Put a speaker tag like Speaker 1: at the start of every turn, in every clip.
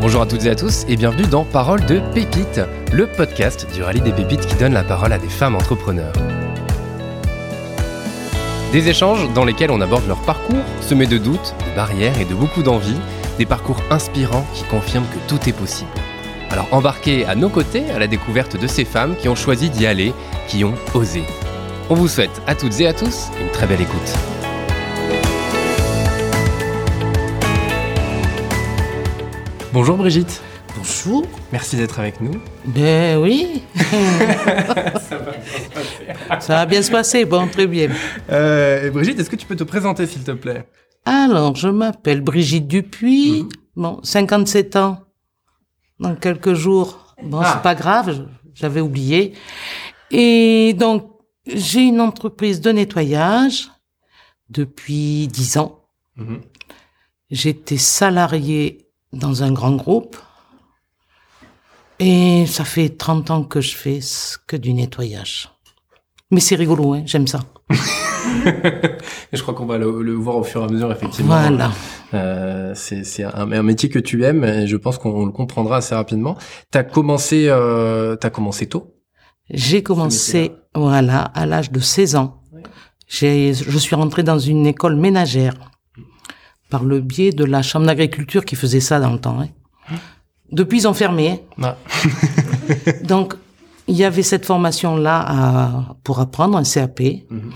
Speaker 1: Bonjour à toutes et à tous et bienvenue dans Parole de Pépites, le podcast du rallye des pépites qui donne la parole à des femmes entrepreneurs. Des échanges dans lesquels on aborde leur parcours, semé de doutes, de barrières et de beaucoup d'envie, des parcours inspirants qui confirment que tout est possible. Alors embarquez à nos côtés à la découverte de ces femmes qui ont choisi d'y aller, qui ont osé. On vous souhaite à toutes et à tous une très belle écoute. Bonjour Brigitte.
Speaker 2: Bonjour.
Speaker 1: Merci d'être avec nous.
Speaker 2: Ben oui. Ça va bien se passer. Bon, très bien.
Speaker 1: Euh, et Brigitte, est-ce que tu peux te présenter s'il te plaît
Speaker 2: Alors, je m'appelle Brigitte Dupuis. Bon, 57 ans. Dans quelques jours. Bon,
Speaker 1: Ah.
Speaker 2: c'est pas grave. je- J'avais oublié. Et donc, j'ai une entreprise de nettoyage depuis 10 ans.
Speaker 1: Mhm.
Speaker 2: J'étais salariée dans un grand groupe. Et ça fait 30 ans que je fais ce que du nettoyage. Mais c'est rigolo, hein, j'aime ça.
Speaker 1: Et Je crois qu'on va le, le voir au fur et à mesure, effectivement.
Speaker 2: Voilà.
Speaker 1: Euh, c'est c'est un, un métier que tu aimes et je pense qu'on le comprendra assez rapidement. T'as commencé, euh, t'as commencé tôt.
Speaker 2: J'ai commencé,
Speaker 1: hein.
Speaker 2: voilà, à l'âge de 16 ans.
Speaker 1: Ouais.
Speaker 2: J'ai, je suis rentrée dans une école ménagère par le biais de la chambre d'agriculture qui faisait ça dans le temps. hein. Depuis, ils ont fermé. hein.
Speaker 1: Ah.
Speaker 2: Donc, il y avait cette formation-là à- pour apprendre un CAP.
Speaker 1: Mhm.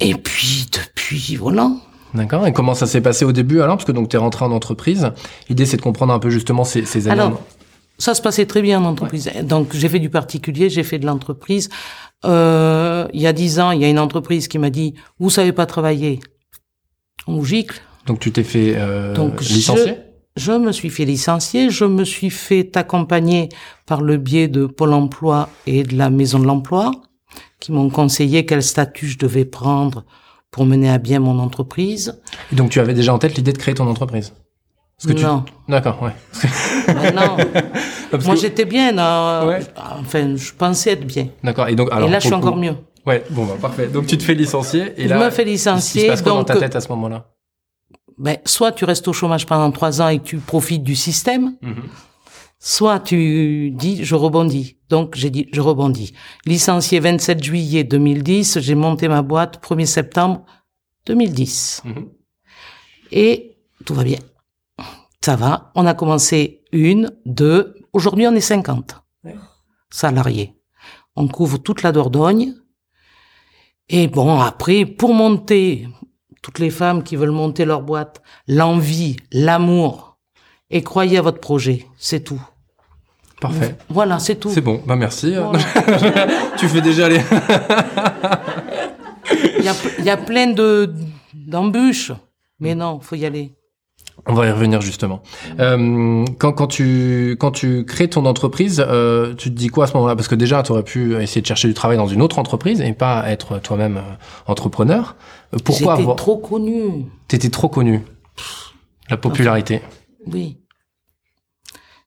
Speaker 2: Et puis, depuis, voilà.
Speaker 1: D'accord. Et comment ça s'est passé au début alors Parce que donc t'es rentré en entreprise. L'idée c'est de comprendre un peu justement ces, ces années.
Speaker 2: Alors, ça se passait très bien en entreprise. Donc, j'ai fait du particulier, j'ai fait de l'entreprise. Euh, il y a dix ans, il y a une entreprise qui m'a dit, vous savez pas travailler. On vous gicle.
Speaker 1: Donc tu t'es fait euh,
Speaker 2: Donc, je-
Speaker 1: licencier.
Speaker 2: Je me suis fait licencier, je me suis fait accompagner par le biais de Pôle emploi et de la Maison de l'emploi, qui m'ont conseillé quel statut je devais prendre pour mener à bien mon entreprise.
Speaker 1: Et donc tu avais déjà en tête l'idée de créer ton entreprise. Parce que tu-
Speaker 2: non,
Speaker 1: D'accord. Ouais.
Speaker 2: bah non.
Speaker 1: Parce
Speaker 2: moi
Speaker 1: que-
Speaker 2: j'étais bien, euh,
Speaker 1: Ouais.
Speaker 2: enfin je pensais être bien.
Speaker 1: D'accord. Et donc alors.
Speaker 2: et là je
Speaker 1: pour
Speaker 2: suis
Speaker 1: le coup-
Speaker 2: encore mieux.
Speaker 1: Ouais. Bon bah parfait. Donc tu te fais licencier et
Speaker 2: je
Speaker 1: là.
Speaker 2: me fais
Speaker 1: Il se
Speaker 2: licencier,
Speaker 1: passe quoi dans
Speaker 2: donc
Speaker 1: ta tête à ce moment-là
Speaker 2: ben, soit tu restes au chômage pendant trois ans et que tu profites du système,
Speaker 1: Mhm.
Speaker 2: Soit tu dis je rebondis. Donc j'ai dit je rebondis. Licencié 27 juillet 2010, j'ai monté ma boîte 1er septembre 2010.
Speaker 1: Mhm.
Speaker 2: Et tout va bien. Ça va. On a commencé une, deux. Aujourd'hui on est 50
Speaker 1: Ouais.
Speaker 2: salariés. On couvre toute la Dordogne. Et bon, après, pour monter, toutes les femmes qui veulent monter leur boîte, l'envie, l'amour, et croyez à votre projet, c'est tout.
Speaker 1: Parfait.
Speaker 2: Voilà, c'est tout.
Speaker 1: C'est bon, bah merci.
Speaker 2: Voilà.
Speaker 1: tu fais déjà les.
Speaker 2: Il y a, il y a plein de d'embûches, mais non, faut y aller.
Speaker 1: On va y revenir justement. Euh, quand, quand, tu, quand tu crées ton entreprise, euh, tu te dis quoi à ce moment-là Parce que déjà, tu aurais pu essayer de chercher du travail dans une autre entreprise et pas être toi-même euh, entrepreneur. Euh, Pourquoi
Speaker 2: J'étais
Speaker 1: avoir...
Speaker 2: trop connue.
Speaker 1: T'étais trop connu. La popularité.
Speaker 2: Oui.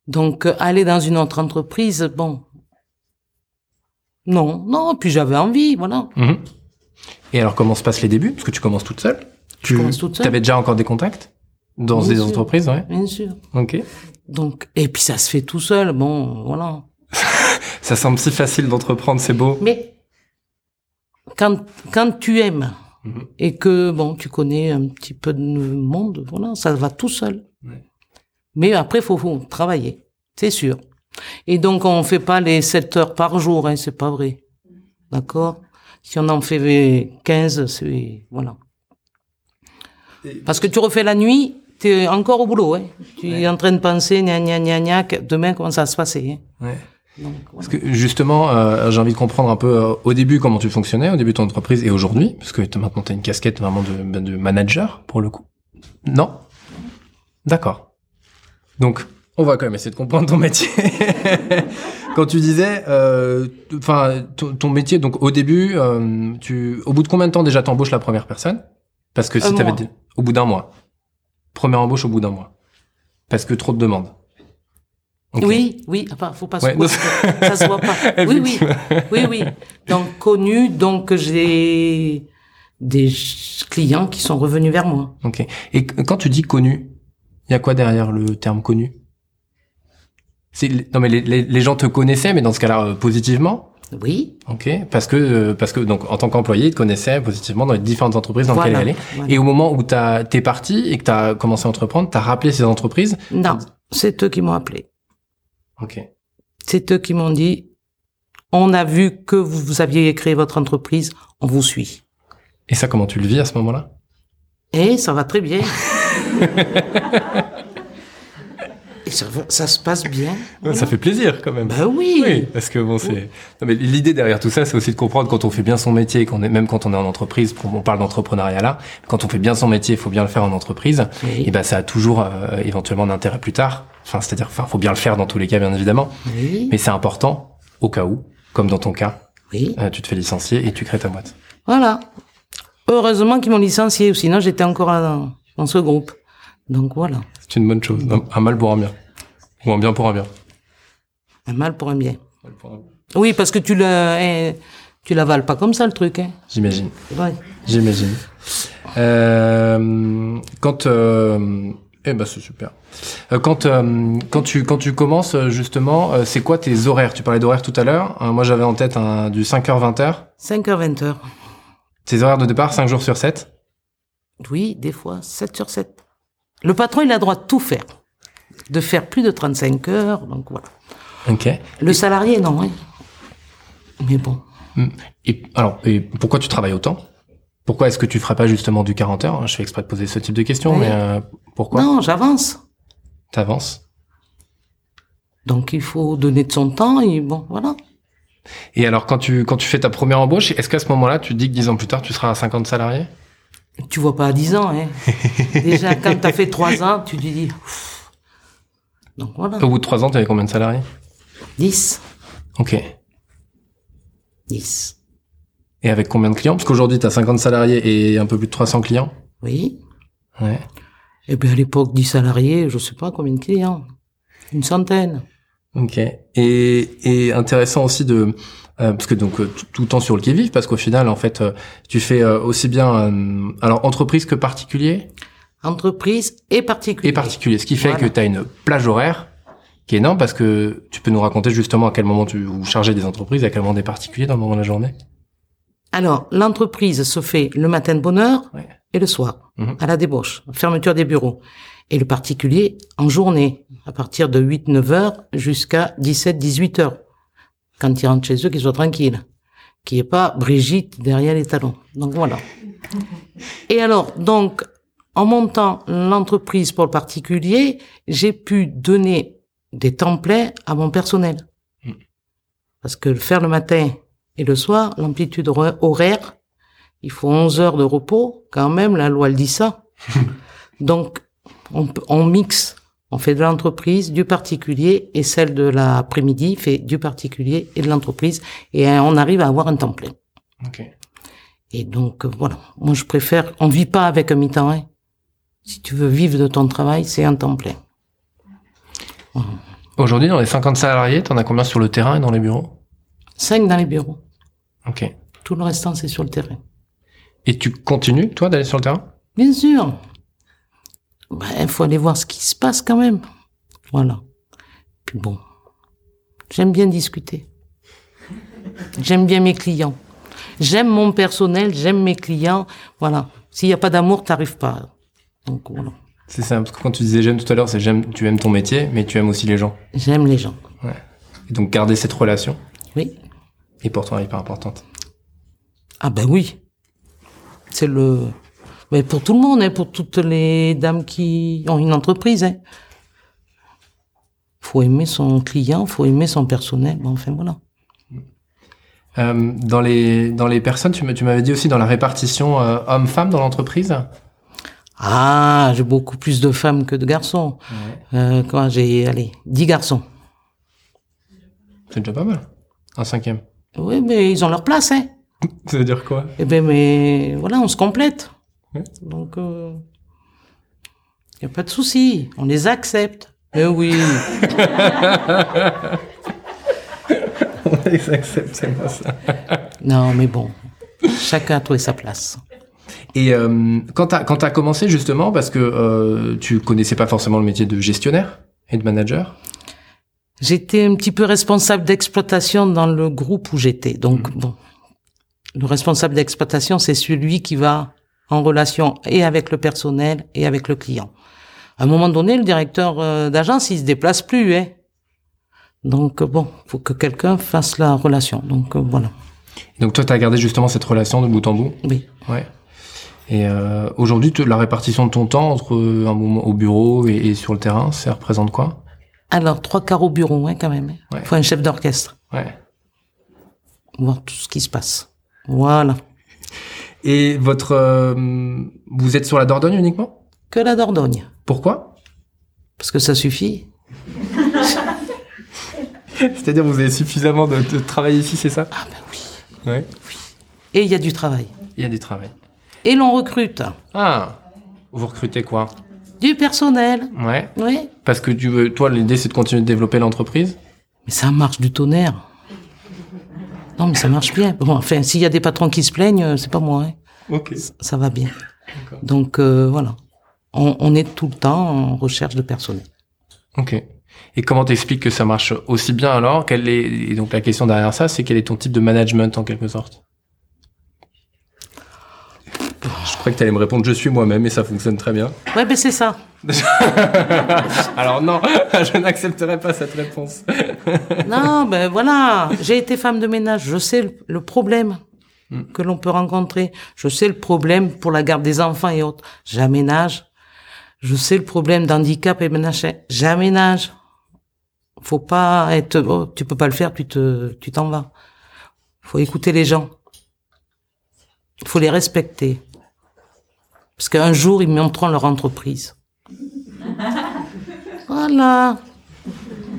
Speaker 2: Donc euh, aller dans une autre entreprise, bon. Non, non. Puis j'avais envie, voilà.
Speaker 1: Mhm. Et alors, comment se passent les débuts Parce que tu commences toute seule. Tu
Speaker 2: commence toute seule.
Speaker 1: avais déjà encore des contacts dans
Speaker 2: Bien
Speaker 1: des
Speaker 2: sûr.
Speaker 1: entreprises, ouais.
Speaker 2: Bien sûr.
Speaker 1: Ok.
Speaker 2: Donc et puis ça se fait tout seul, bon, voilà.
Speaker 1: Ça semble si facile d'entreprendre, c'est beau.
Speaker 2: Mais quand quand tu aimes
Speaker 1: Mhm.
Speaker 2: et que bon, tu connais un petit peu de monde, voilà, ça va tout seul.
Speaker 1: Ouais.
Speaker 2: Mais après, faut, faut travailler, c'est sûr. Et donc, on fait pas les 7 heures par jour, hein, c'est pas vrai. D'accord Si on en fait 15, c'est. Voilà.
Speaker 1: Et-
Speaker 2: Parce que tu refais la nuit, tu es encore au boulot. Hein. Tu es en train de penser, gna gna gna gna, que demain, comment ça va se passer hein.
Speaker 1: Ouais.
Speaker 2: Donc,
Speaker 1: Parce
Speaker 2: voilà.
Speaker 1: que justement, euh, j'ai envie de comprendre un peu euh, au début comment tu fonctionnais, au début de ton entreprise et aujourd'hui, parce que t'as- maintenant tu as une casquette vraiment de, ben, de manager pour le coup. Non D'accord. Donc, on va quand même essayer de comprendre ton métier. quand tu disais, euh, enfin, ton, ton métier, donc au début, euh, tu, au bout de combien de temps déjà t'embauches la première personne Parce que si
Speaker 2: Un
Speaker 1: t'avais
Speaker 2: mois.
Speaker 1: dit- au bout d'un mois, première embauche au bout d'un mois, parce que trop de demandes. Ok.
Speaker 2: Oui, oui, enfin, faut pas
Speaker 1: Ouais,
Speaker 2: se voir, ça se voit pas. Oui, oui, oui, oui. Donc connu, donc j'ai des clients qui sont revenus vers moi.
Speaker 1: Ok. Et qu- quand tu dis connu, il y a quoi derrière le terme connu c'est- non mais les, les- les gens te connaissaient, mais dans ce cas-là euh, positivement,
Speaker 2: Oui,
Speaker 1: ok Parce que euh, parce que donc en tant qu'employé, ils te connaissaient positivement dans les différentes entreprises dans
Speaker 2: Voilà,
Speaker 1: lesquelles ils allaient.
Speaker 2: voilà.
Speaker 1: Et au moment où t'as- t'es parti et que t'as commencé à entreprendre, t'as rappelé ces entreprises.
Speaker 2: non, c'est eux qui m'ont appelé.
Speaker 1: Ok.
Speaker 2: C'est eux qui m'ont dit, on a vu que vous, vous aviez créé votre entreprise, on vous suit.
Speaker 1: Et ça, comment tu le vis à ce moment-là
Speaker 2: Et ça va très bien. Et ça, va- ça se passe bien.
Speaker 1: Ça fait plaisir quand même.
Speaker 2: Ben oui.
Speaker 1: Oui, parce que bon, c'est. Non, mais l'idée derrière tout ça, c'est aussi de comprendre quand on fait bien son métier, qu'on est même quand on est en entreprise, qu'on- on parle d'entrepreneuriat là, quand on fait bien son métier, il faut bien le faire en entreprise.
Speaker 2: Oui.
Speaker 1: Et ben, ça a toujours euh, éventuellement un intérêt plus tard. Enfin, c'est-à-dire, enfin, faut bien le faire dans tous les cas, bien évidemment.
Speaker 2: Oui.
Speaker 1: Mais c'est important au cas où, comme dans ton cas,
Speaker 2: Oui.
Speaker 1: euh, tu te fais licencier et tu crées ta boîte.
Speaker 2: Voilà. Heureusement qu'ils m'ont licencié, ou sinon j'étais encore dans, dans ce groupe. Donc voilà.
Speaker 1: C'est une bonne chose. Un, un mal pour un bien, ou un bien pour un bien.
Speaker 2: Un mal pour un bien. Oui, parce que tu le, eh, tu l'avales pas comme ça le truc. Hein.
Speaker 1: J'imagine.
Speaker 2: Ouais.
Speaker 1: J'imagine. Euh, quand, euh, eh ben c'est super. Euh, Quand euh, quand tu quand tu commences euh, justement, euh, c'est quoi tes horaires Tu parlais d'horaires tout à l'heure. Euh, moi j'avais en tête un, du 5h 20h.
Speaker 2: 5h, 20h.
Speaker 1: Tes horaires de départ 5 jours sur 7.
Speaker 2: Oui, des fois, 7 sur 7. Le patron, il a droit de tout faire. De faire plus de 35 heures, donc voilà.
Speaker 1: OK.
Speaker 2: Le salarié, non, oui. Mais bon.
Speaker 1: Et alors et pourquoi tu travailles autant Pourquoi est-ce que tu ferais pas justement du 40 heures Je fais exprès de poser ce type de questions,
Speaker 2: Oui.
Speaker 1: mais euh, pourquoi
Speaker 2: non, j'avance.
Speaker 1: T'avances.
Speaker 2: Donc il faut donner de son temps et bon, voilà.
Speaker 1: Et alors quand tu quand tu fais ta première embauche, est-ce qu'à ce moment-là tu te dis que 10 ans plus tard tu seras à 50 salariés
Speaker 2: Tu vois pas à 10 ans, hein. Déjà, quand t'as fait 3 ans, tu te dis. Ouf. Donc voilà.
Speaker 1: Au bout de 3 ans, tu avais combien de salariés
Speaker 2: 10.
Speaker 1: OK.
Speaker 2: 10.
Speaker 1: Et avec combien de clients Parce qu'aujourd'hui, tu as 50 salariés et un peu plus de 300 clients.
Speaker 2: Oui.
Speaker 1: Ouais.
Speaker 2: Et bien à l'époque, 10 salariés, je sais pas combien de clients. Une centaine.
Speaker 1: Ok. Et, et intéressant aussi de... euh, parce que donc euh, tout- tout le temps sur le qui vive, parce qu'au final, en fait, euh, tu fais euh, aussi bien... euh, alors, entreprise que particulier
Speaker 2: Entreprise et particulier.
Speaker 1: et particulier. Ce qui fait
Speaker 2: Voilà.
Speaker 1: que tu as une plage horaire qui est énorme, parce que tu peux nous raconter justement à quel moment tu vous chargez des entreprises, à quel moment des particuliers dans le moment de la journée.
Speaker 2: Alors, l'entreprise se fait le matin de bonne heure
Speaker 1: Ouais.
Speaker 2: et le soir,
Speaker 1: Mhm.
Speaker 2: à la débauche, fermeture des bureaux. Et le particulier en journée, à partir de 8-9 heures jusqu'à 17-18 heures. Quand ils rentrent chez eux, qu'ils soient tranquilles. Qu'il n'y ait pas Brigitte derrière les talons. Donc voilà. Et alors, donc, en montant l'entreprise pour le particulier, j'ai pu donner des templates à mon personnel.
Speaker 1: Mhm.
Speaker 2: Parce que le faire le matin et le soir, l'amplitude hora- horaire, il faut 11 heures de repos, quand même, la loi le dit ça. Donc, on, peut- on mixe. On fait de l'entreprise, du particulier, et celle de l'après-midi fait du particulier et de l'entreprise, et euh, on arrive à avoir un template.
Speaker 1: Ok.
Speaker 2: Et donc, euh, voilà. Moi, je préfère, on vit pas avec un mi-temps, hein. Si tu veux vivre de ton travail, c'est un template.
Speaker 1: Aujourd'hui, dans les 50 salariés, t'en as combien sur le terrain et dans les bureaux
Speaker 2: Cinq dans les bureaux.
Speaker 1: Ok.
Speaker 2: Tout le restant, c'est sur le terrain.
Speaker 1: Et tu continues, toi, d'aller sur le terrain
Speaker 2: Bien sûr. Ben, Il faut aller voir ce qui se passe quand même. Voilà. Puis bon, j'aime bien discuter. J'aime bien mes clients. J'aime mon personnel, j'aime mes clients. Voilà. S'il n'y a pas d'amour, t'arrives pas. Donc voilà.
Speaker 1: C'est ça, parce que quand tu disais j'aime tout à l'heure, c'est j'aime, tu aimes ton métier, mais tu aimes aussi les gens.
Speaker 2: J'aime les gens.
Speaker 1: Et donc garder cette relation
Speaker 2: Oui.
Speaker 1: est pour toi hyper importante.
Speaker 2: Ah ben oui. C'est le... Mais pour tout le monde, hein, pour toutes les dames qui ont une entreprise. Hein. Faut aimer son client, faut aimer son personnel. Bon, enfin voilà.
Speaker 1: Euh, dans les dans les personnes, tu, m'as- tu m'avais dit aussi dans la répartition euh, homme-femme dans l'entreprise.
Speaker 2: Ah, j'ai beaucoup plus de femmes que de garçons. Euh, quand j'ai, allez, 10 garçons.
Speaker 1: C'est déjà pas mal. Un cinquième.
Speaker 2: Oui, mais ils ont leur place, hein.
Speaker 1: Ça veut dire quoi
Speaker 2: Eh ben, mais voilà, on se complète.
Speaker 1: Ouais.
Speaker 2: Donc, il n'y a pas de souci. On les accepte. Eh oui.
Speaker 1: Ils acceptent, c'est moi, ça.
Speaker 2: non, mais bon. Chacun a trouvé sa place.
Speaker 1: Et euh, quand t'as quand t'as commencé justement, parce que euh, tu connaissais pas forcément le métier de gestionnaire et de manager.
Speaker 2: J'étais un petit peu responsable d'exploitation dans le groupe où j'étais. Donc, bon, le responsable d'exploitation, c'est celui qui va en relation et avec le personnel et avec le client. À un moment donné, le directeur euh, d'agence, il se déplace plus, hein. Donc, euh, bon, faut que quelqu'un fasse la relation. Donc, euh, voilà.
Speaker 1: Donc toi, tu as gardé justement cette relation de bout en bout.
Speaker 2: Oui.
Speaker 1: Ouais. Et euh, aujourd'hui, te- la répartition de ton temps entre euh, un moment au bureau et, et sur le terrain, ça représente quoi
Speaker 2: Alors, trois quarts au bureau, hein, quand même. hein.
Speaker 1: Ouais.
Speaker 2: Faut un chef d'orchestre.
Speaker 1: Ouais.
Speaker 2: Voir tout ce qui se passe. Voilà.
Speaker 1: Et votre, euh, vous êtes sur la Dordogne uniquement
Speaker 2: Que la Dordogne.
Speaker 1: Pourquoi
Speaker 2: Parce que ça suffit.
Speaker 1: C'est-à-dire, vous avez suffisamment de, de travail ici, c'est ça
Speaker 2: Ah, ben oui.
Speaker 1: Ouais.
Speaker 2: Et il y a du travail.
Speaker 1: Il y a du travail.
Speaker 2: Et l'on recrute
Speaker 1: Ah. Vous recrutez quoi
Speaker 2: du personnel.
Speaker 1: Ouais.
Speaker 2: Oui.
Speaker 1: Parce que tu veux, toi, l'idée, c'est de continuer de développer l'entreprise.
Speaker 2: Mais ça marche du tonnerre. Non, mais ça marche bien. Bon, enfin, s'il y a des patrons qui se plaignent, euh, c'est pas moi. hein.
Speaker 1: Ok.
Speaker 2: Ça va bien. Donc, euh, voilà. On, on est tout le temps en recherche de personnel.
Speaker 1: Ok. Et comment t'expliques que ça marche aussi bien alors Quelle est et donc la question derrière ça, c'est quel est ton type de management en quelque sorte Je crois que t'allais me répondre je suis moi-même et ça fonctionne très bien.
Speaker 2: Ouais, ben c'est ça.
Speaker 1: Alors non, je n'accepterai pas cette réponse.
Speaker 2: Non, ben voilà. J'ai été femme de ménage. Je sais le, le problème que l'on peut rencontrer. Je sais le problème pour la garde des enfants et autres. J'aménage. Je sais le problème d'handicap et ménage. J'aménage. Faut pas être, oh, tu peux pas le faire, tu te, tu t'en vas. Faut écouter les gens. Faut les respecter. Parce qu'un jour, ils monteront leur entreprise. Voilà.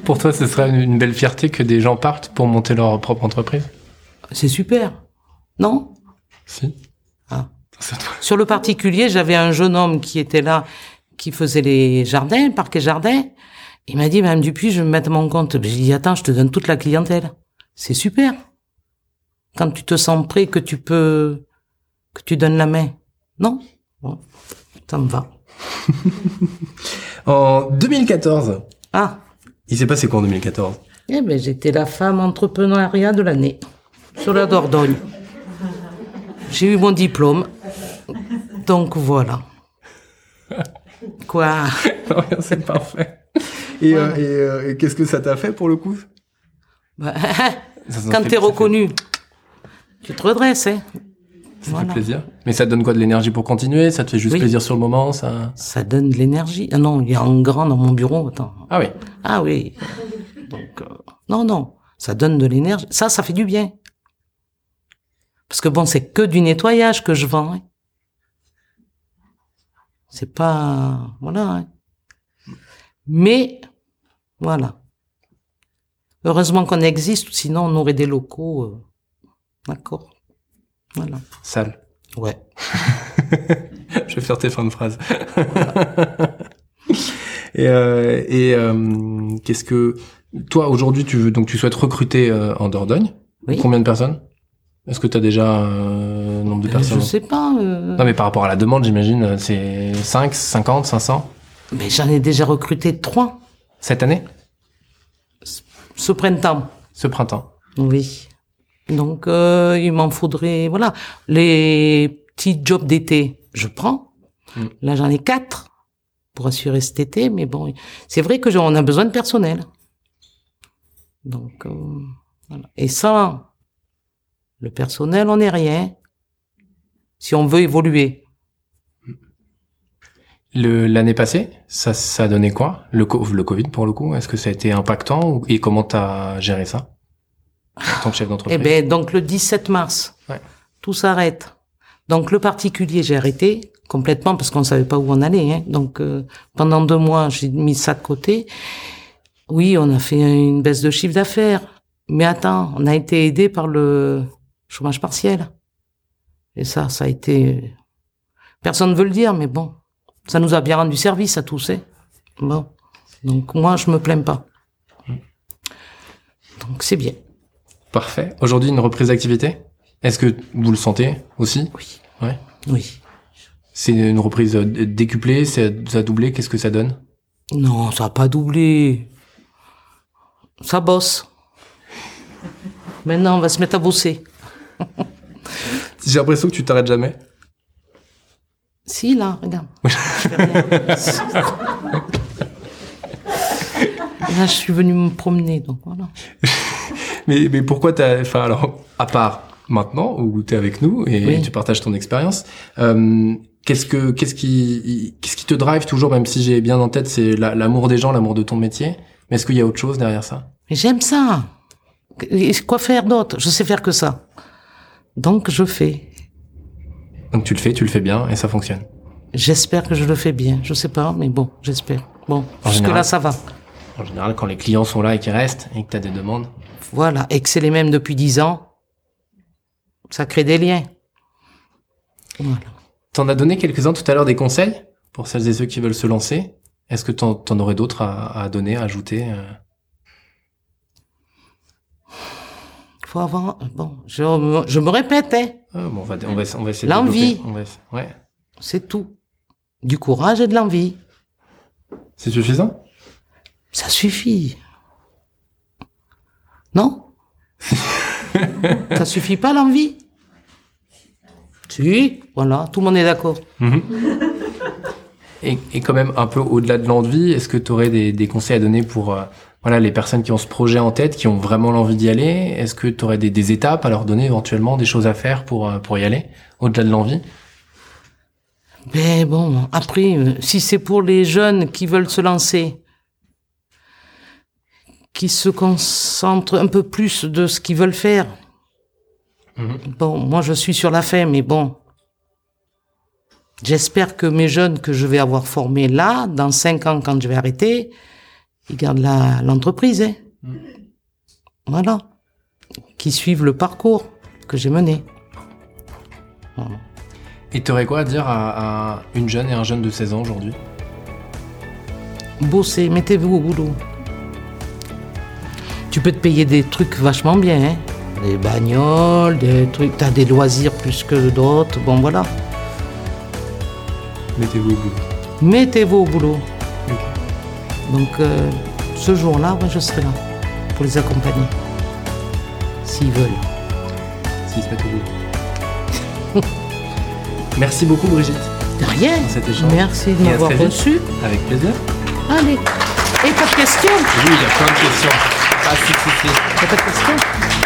Speaker 1: Pour toi, ce serait une belle fierté que des gens partent pour monter leur propre entreprise
Speaker 2: C'est super. Non?
Speaker 1: Si.
Speaker 2: Ah.
Speaker 1: C'est toi.
Speaker 2: Sur le particulier, j'avais un jeune homme qui était là, qui faisait les jardins, le parquet jardin. Il m'a dit, Madame Dupuis, je vais me mettre à mon compte. Ben, J'ai dit, attends, je te donne toute la clientèle. C'est super. Quand tu te sens prêt, que tu peux, que tu donnes la main. Non? Bon. Ça me va.
Speaker 1: En 2014,
Speaker 2: Ah.
Speaker 1: il s'est passé quoi en 2014
Speaker 2: Eh ben, j'étais la femme entrepreneuriat de l'année. Sur la Dordogne. J'ai eu mon diplôme. Donc voilà. Quoi?
Speaker 1: Non, rien, c'est parfait. Et, euh, et, euh, et qu'est-ce que ça t'a fait pour le coup
Speaker 2: Bah,
Speaker 1: Ça, ça
Speaker 2: quand
Speaker 1: fait- ça
Speaker 2: t'es
Speaker 1: fait-
Speaker 2: reconnu, tu te redresses, hein.
Speaker 1: Ça
Speaker 2: Voilà.
Speaker 1: fait plaisir. Mais ça te donne quoi de l'énergie pour continuer Ça te fait juste
Speaker 2: Oui.
Speaker 1: plaisir sur le moment ça...
Speaker 2: Ça donne de l'énergie. Ah non, il y a un grand dans mon bureau, attends.
Speaker 1: Ah oui.
Speaker 2: Ah oui. Donc, euh, non, non. Ça donne de l'énergie. Ça, ça fait du bien. Parce que bon, c'est que du nettoyage que je vends. hein. C'est pas, voilà. hein. Mais, voilà. Heureusement qu'on existe, sinon on aurait des locaux, euh, d'accord. Voilà.
Speaker 1: Sale.
Speaker 2: Ouais.
Speaker 1: Je vais faire tes fins de phrase. et euh, et euh, qu'est-ce que toi aujourd'hui tu veux donc tu souhaites recruter euh, en Dordogne
Speaker 2: Oui.
Speaker 1: Combien de personnes Est-ce que tu as déjà euh, nombre de
Speaker 2: Je
Speaker 1: personnes
Speaker 2: sais pas. euh,
Speaker 1: Non mais par rapport à la demande, j'imagine euh, c'est 5, 50, 500
Speaker 2: Mais j'en ai déjà recruté trois
Speaker 1: cette année,
Speaker 2: ce printemps.
Speaker 1: ce printemps.
Speaker 2: Oui. Donc euh, il m'en faudrait voilà les petits jobs d'été. Je prends.
Speaker 1: Mm.
Speaker 2: Là j'en ai quatre pour assurer cet été. Mais bon, c'est vrai que j'en- on a besoin de personnel. Donc euh, voilà. Et ça, le personnel, on n'est rien. Si on veut évoluer,
Speaker 1: Le- L'année passée, ça, ça a donné quoi le, co- le Covid pour le coup, est-ce que ça a été impactant ou- et comment t'as géré ça en tant que chef
Speaker 2: Eh
Speaker 1: d'entreprise
Speaker 2: ben donc le 17 mars,
Speaker 1: Ouais.
Speaker 2: tout s'arrête. Donc le particulier, j'ai arrêté complètement parce qu'on savait pas où on allait. hein. Donc euh, pendant deux mois, j'ai mis ça de côté. Oui, on a fait une baisse de chiffre d'affaires, mais attends, on a été aidé par le chômage partiel. Et ça, ça a été. Personne ne veut le dire, mais bon, ça nous a bien rendu service à tous. hein. Bon, donc moi, je me plains pas. Donc c'est bien.
Speaker 1: Parfait. Aujourd'hui, une reprise d'activité Est-ce que vous le sentez aussi
Speaker 2: Oui.
Speaker 1: Ouais.
Speaker 2: Oui.
Speaker 1: C'est une reprise euh, dé- décuplée, c'est- ça a doublé, qu'est-ce que ça donne
Speaker 2: Non, ça n'a pas doublé. Ça bosse. Maintenant, on va se mettre à bosser.
Speaker 1: J'ai l'impression que tu t'arrêtes jamais.
Speaker 2: Si, là, regarde. là, je suis venue me promener, donc voilà.
Speaker 1: Mais, mais pourquoi t'as, enfin, alors, à part maintenant où t'es avec nous et
Speaker 2: Oui.
Speaker 1: tu partages ton expérience, euh, qu'est-ce que, qu'est-ce qui, qu'est-ce qui te drive toujours, même si j'ai bien en tête, c'est la- l'amour des gens, l'amour de ton métier. Mais est-ce qu'il y a autre chose derrière ça?
Speaker 2: Mais j'aime ça. Et quoi faire d'autre Je sais faire que ça. Donc, je fais.
Speaker 1: Donc tu le fais, tu le fais bien et ça fonctionne.
Speaker 2: J'espère que je le fais bien. Je sais pas, mais bon, j'espère. Bon,
Speaker 1: En
Speaker 2: jusque-là,
Speaker 1: général-
Speaker 2: ça va.
Speaker 1: En général, quand les clients sont là et qu'ils restent et que t'as des demandes.
Speaker 2: Voilà, et que c'est les mêmes depuis dix ans, ça crée des liens. Voilà.
Speaker 1: T'en as donné quelques-uns tout à l'heure des conseils pour celles et ceux qui veulent se lancer. Est-ce que t'en, t'en aurais d'autres à, à donner, à ajouter? euh
Speaker 2: Faut avoir... Bon, je, me- je me répète, hein,
Speaker 1: Ah, bon, on va, on va, on va essayer de
Speaker 2: L'envie.
Speaker 1: développer. On va essa- ouais.
Speaker 2: c'est tout. Du courage et de l'envie,
Speaker 1: C'est suffisant
Speaker 2: ça suffit. Non Ça suffit pas l'envie Si, voilà, tout le monde est d'accord.
Speaker 1: et, et quand même, un peu au-delà de l'envie, est-ce que tu aurais des, des conseils à donner pour euh, voilà, les personnes qui ont ce projet en tête, qui ont vraiment l'envie d'y aller Est-ce que tu aurais des, des étapes à leur donner éventuellement, des choses à faire pour, euh, pour y aller, au-delà de l'envie
Speaker 2: Mais Ben bon, après, euh, si c'est pour les jeunes qui veulent se lancer, qui se concentrent un peu plus de ce qu'ils veulent faire.
Speaker 1: Mhm.
Speaker 2: Bon, moi je suis sur la fin, mais bon. J'espère que mes jeunes que je vais avoir formés là, dans cinq ans quand je vais arrêter, ils gardent la- l'entreprise. hein. Voilà. Qui suivent le parcours que j'ai mené.
Speaker 1: Et tu aurais quoi à dire à, à une jeune et un jeune de 16 ans aujourd'hui
Speaker 2: Bossez, mettez-vous au boulot. Tu peux te payer des trucs vachement bien, hein. Des bagnoles, des trucs. T'as des loisirs plus que d'autres, bon voilà.
Speaker 1: Mettez-vous au bout.
Speaker 2: Mettez-vous au boulot. Donc, euh, ce jour-là, ouais, je serai là pour les accompagner. S'ils veulent.
Speaker 1: S'ils se mettent au bout. Merci beaucoup Brigitte,
Speaker 2: De rien.
Speaker 1: pour cet échange.
Speaker 2: Merci de
Speaker 1: Et à
Speaker 2: m'avoir
Speaker 1: très vite.
Speaker 2: reçu.
Speaker 1: Avec plaisir.
Speaker 2: Allez. Et pas de questions
Speaker 1: Oui, il y a plein de questions. Ah, si, si, si.
Speaker 2: Y a pas de questions